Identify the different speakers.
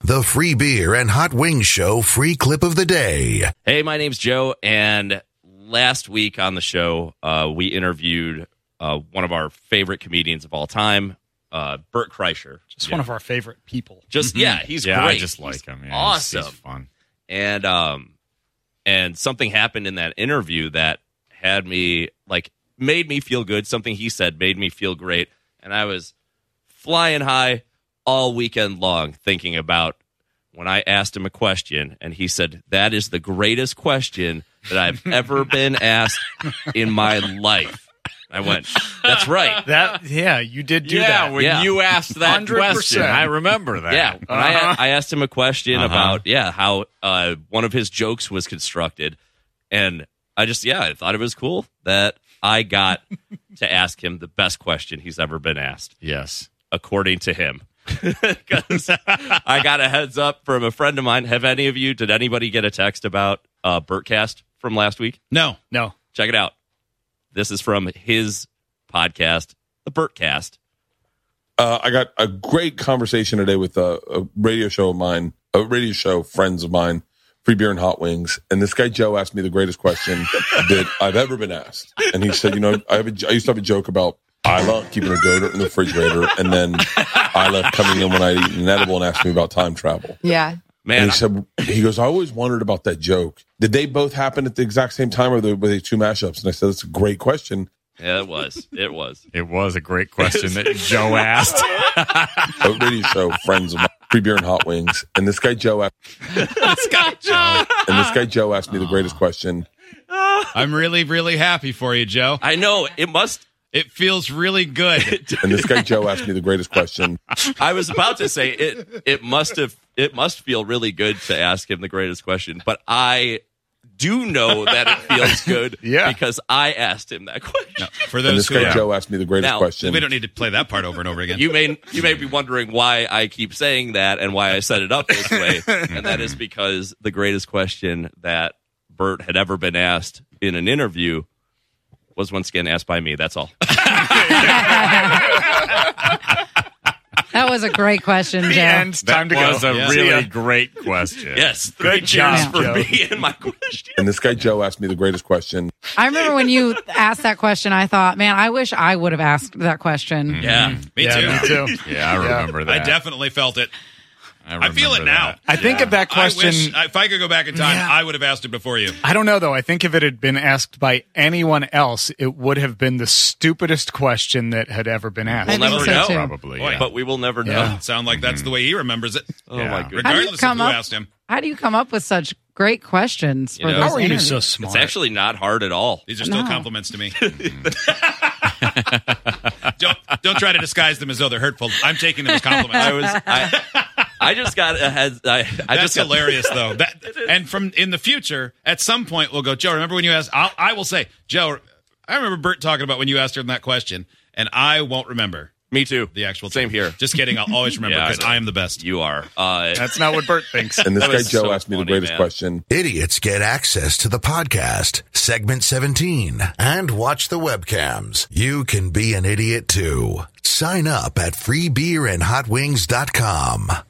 Speaker 1: The free beer and hot wings show free clip of the day.
Speaker 2: Hey, my name's Joe, and last week on the show, uh, we interviewed uh, one of our favorite comedians of all time, uh, Bert Kreischer.
Speaker 3: Just one of our favorite people.
Speaker 2: Just yeah, he's
Speaker 4: Mm-hmm. yeah,
Speaker 2: great.
Speaker 4: I just like
Speaker 2: He's
Speaker 4: him. Yeah, he's-
Speaker 2: awesome.
Speaker 4: He's, fun.
Speaker 2: and um, and something happened in that interview that had me like made me feel good. Something he said made me feel great, and I was flying high all weekend long thinking about when I asked him a question, and he said, "That is the greatest question that I've ever been asked in my life." I went, "That's right."
Speaker 3: That yeah, you did do
Speaker 4: yeah,
Speaker 3: that.
Speaker 4: when
Speaker 2: Yeah.
Speaker 4: you asked that
Speaker 3: 100%.
Speaker 4: question, I remember that. Uh,
Speaker 2: Yeah, when I,
Speaker 3: Uh-huh.
Speaker 2: I asked him a question
Speaker 4: Uh-huh.
Speaker 2: about yeah how uh, one of his jokes was constructed, and I just yeah I thought it was cool that I got to ask him the best question he's ever been asked,
Speaker 4: Yes.
Speaker 2: according to him. 'Cause I got a heads up from a friend of mine. Have any of you? Did anybody get a text about uh, Burtcast from last week?
Speaker 3: No, no.
Speaker 2: Check it out. This is from his podcast, the Burtcast.
Speaker 5: uh, I got a great conversation today with a, a radio show of mine, a radio show friends of mine, Free Beer and Hot Wings. And this guy Joe asked me the greatest question that I've ever been asked. And he said, "You know, I have a, I used to have a joke about Isla keeping her donut in the refrigerator, and then Isla coming in when I'd eaten an edible and asked me about time travel."
Speaker 6: Yeah.
Speaker 2: Man,
Speaker 5: and he said, he goes, I always wondered about that joke. Did they both happen at the exact same time, or were they two mashups? And I said, that's a great question.
Speaker 2: yeah, it was, it was.
Speaker 4: It was a great question that Joe asked.
Speaker 5: A radio show, friends of mine, free beer and hot wings. And this guy Joe asked, and this guy Joe asked me the greatest question.
Speaker 7: I'm really, really happy for you, Joe.
Speaker 2: I know it must.
Speaker 7: It feels really good.
Speaker 5: And this guy Joe asked me the greatest question.
Speaker 2: I was about to say it. It must have. It must feel really good to ask him the greatest question, but I do know that it feels good
Speaker 3: Yeah.
Speaker 2: because I asked him that question.
Speaker 7: For
Speaker 5: And
Speaker 7: those
Speaker 5: this
Speaker 7: who
Speaker 5: guy
Speaker 7: yeah.
Speaker 5: Joe asked me the greatest
Speaker 2: Now,
Speaker 5: question.
Speaker 7: we don't need to play that part over and over again.
Speaker 2: You may you may be wondering why I keep saying that and why I set it up this way, and that is because the greatest question that Bert had ever been asked in an interview was once again asked by me. That's all.
Speaker 6: That was a great question, Joe.
Speaker 3: And it's time to
Speaker 4: that was
Speaker 3: go.
Speaker 4: a
Speaker 7: Yeah.
Speaker 4: really
Speaker 3: Yeah.
Speaker 4: great question.
Speaker 2: Yes, three
Speaker 3: Good
Speaker 2: cheers
Speaker 3: job,
Speaker 2: for
Speaker 3: Joe.
Speaker 2: me and my question.
Speaker 5: And this guy Joe asked me the greatest question.
Speaker 6: I remember when you asked that question, I thought, man, I wish I would have asked that question.
Speaker 2: Yeah,
Speaker 7: me, too.
Speaker 3: yeah, me too.
Speaker 4: Yeah, I remember that.
Speaker 7: I definitely felt it.
Speaker 4: remember
Speaker 7: feel it now.
Speaker 4: that.
Speaker 3: I think if that question.
Speaker 7: I wish, uh, if I could go back in time,
Speaker 3: Yeah.
Speaker 7: I would have asked it before you.
Speaker 3: I don't know though. I think if it had been asked by anyone else, it would have been the stupidest question that had ever been asked.
Speaker 6: I
Speaker 2: We'll never
Speaker 6: think so
Speaker 2: know.
Speaker 6: too.
Speaker 4: Probably.
Speaker 7: Boy.
Speaker 4: yeah.
Speaker 2: but we will never know.
Speaker 3: Yeah.
Speaker 7: Sound like that's the way he remembers it,
Speaker 2: Oh
Speaker 4: Yeah.
Speaker 2: my goodness.
Speaker 6: How do you
Speaker 7: regardless of
Speaker 6: come
Speaker 7: who
Speaker 6: up-
Speaker 7: asked him.
Speaker 6: How do you come up with such great questions for
Speaker 2: You know,
Speaker 6: those
Speaker 3: How are you
Speaker 6: interviews?
Speaker 3: so smart?
Speaker 2: It's actually not hard at all.
Speaker 7: These are still
Speaker 6: No.
Speaker 7: compliments to me. don't don't try to disguise them as though they're hurtful. I'm taking them as compliments.
Speaker 2: I was I, I just got a heads. I, I
Speaker 7: That's
Speaker 2: just got-
Speaker 7: hilarious, though. That, and from in the future, at some point, we'll go, Joe. Remember when you asked? I'll, I will say, Joe. I remember Bert talking about when you asked him that question, and I won't remember
Speaker 2: Me too.
Speaker 7: the actual.
Speaker 2: Same
Speaker 7: truth.
Speaker 2: here.
Speaker 7: Just kidding. I'll always remember
Speaker 2: Yeah, I
Speaker 7: because
Speaker 2: know.
Speaker 7: I am the best.
Speaker 2: You are. Uh,
Speaker 3: That's not what Bert thinks.
Speaker 5: And this
Speaker 2: That
Speaker 5: guy
Speaker 2: was
Speaker 5: Joe
Speaker 2: so
Speaker 5: asked me the
Speaker 2: funny,
Speaker 5: greatest
Speaker 2: man.
Speaker 5: question.
Speaker 1: Idiots get access to the podcast, segment 17, and watch the webcams. You can be an idiot too. Sign up at freebeerandhotwings.com.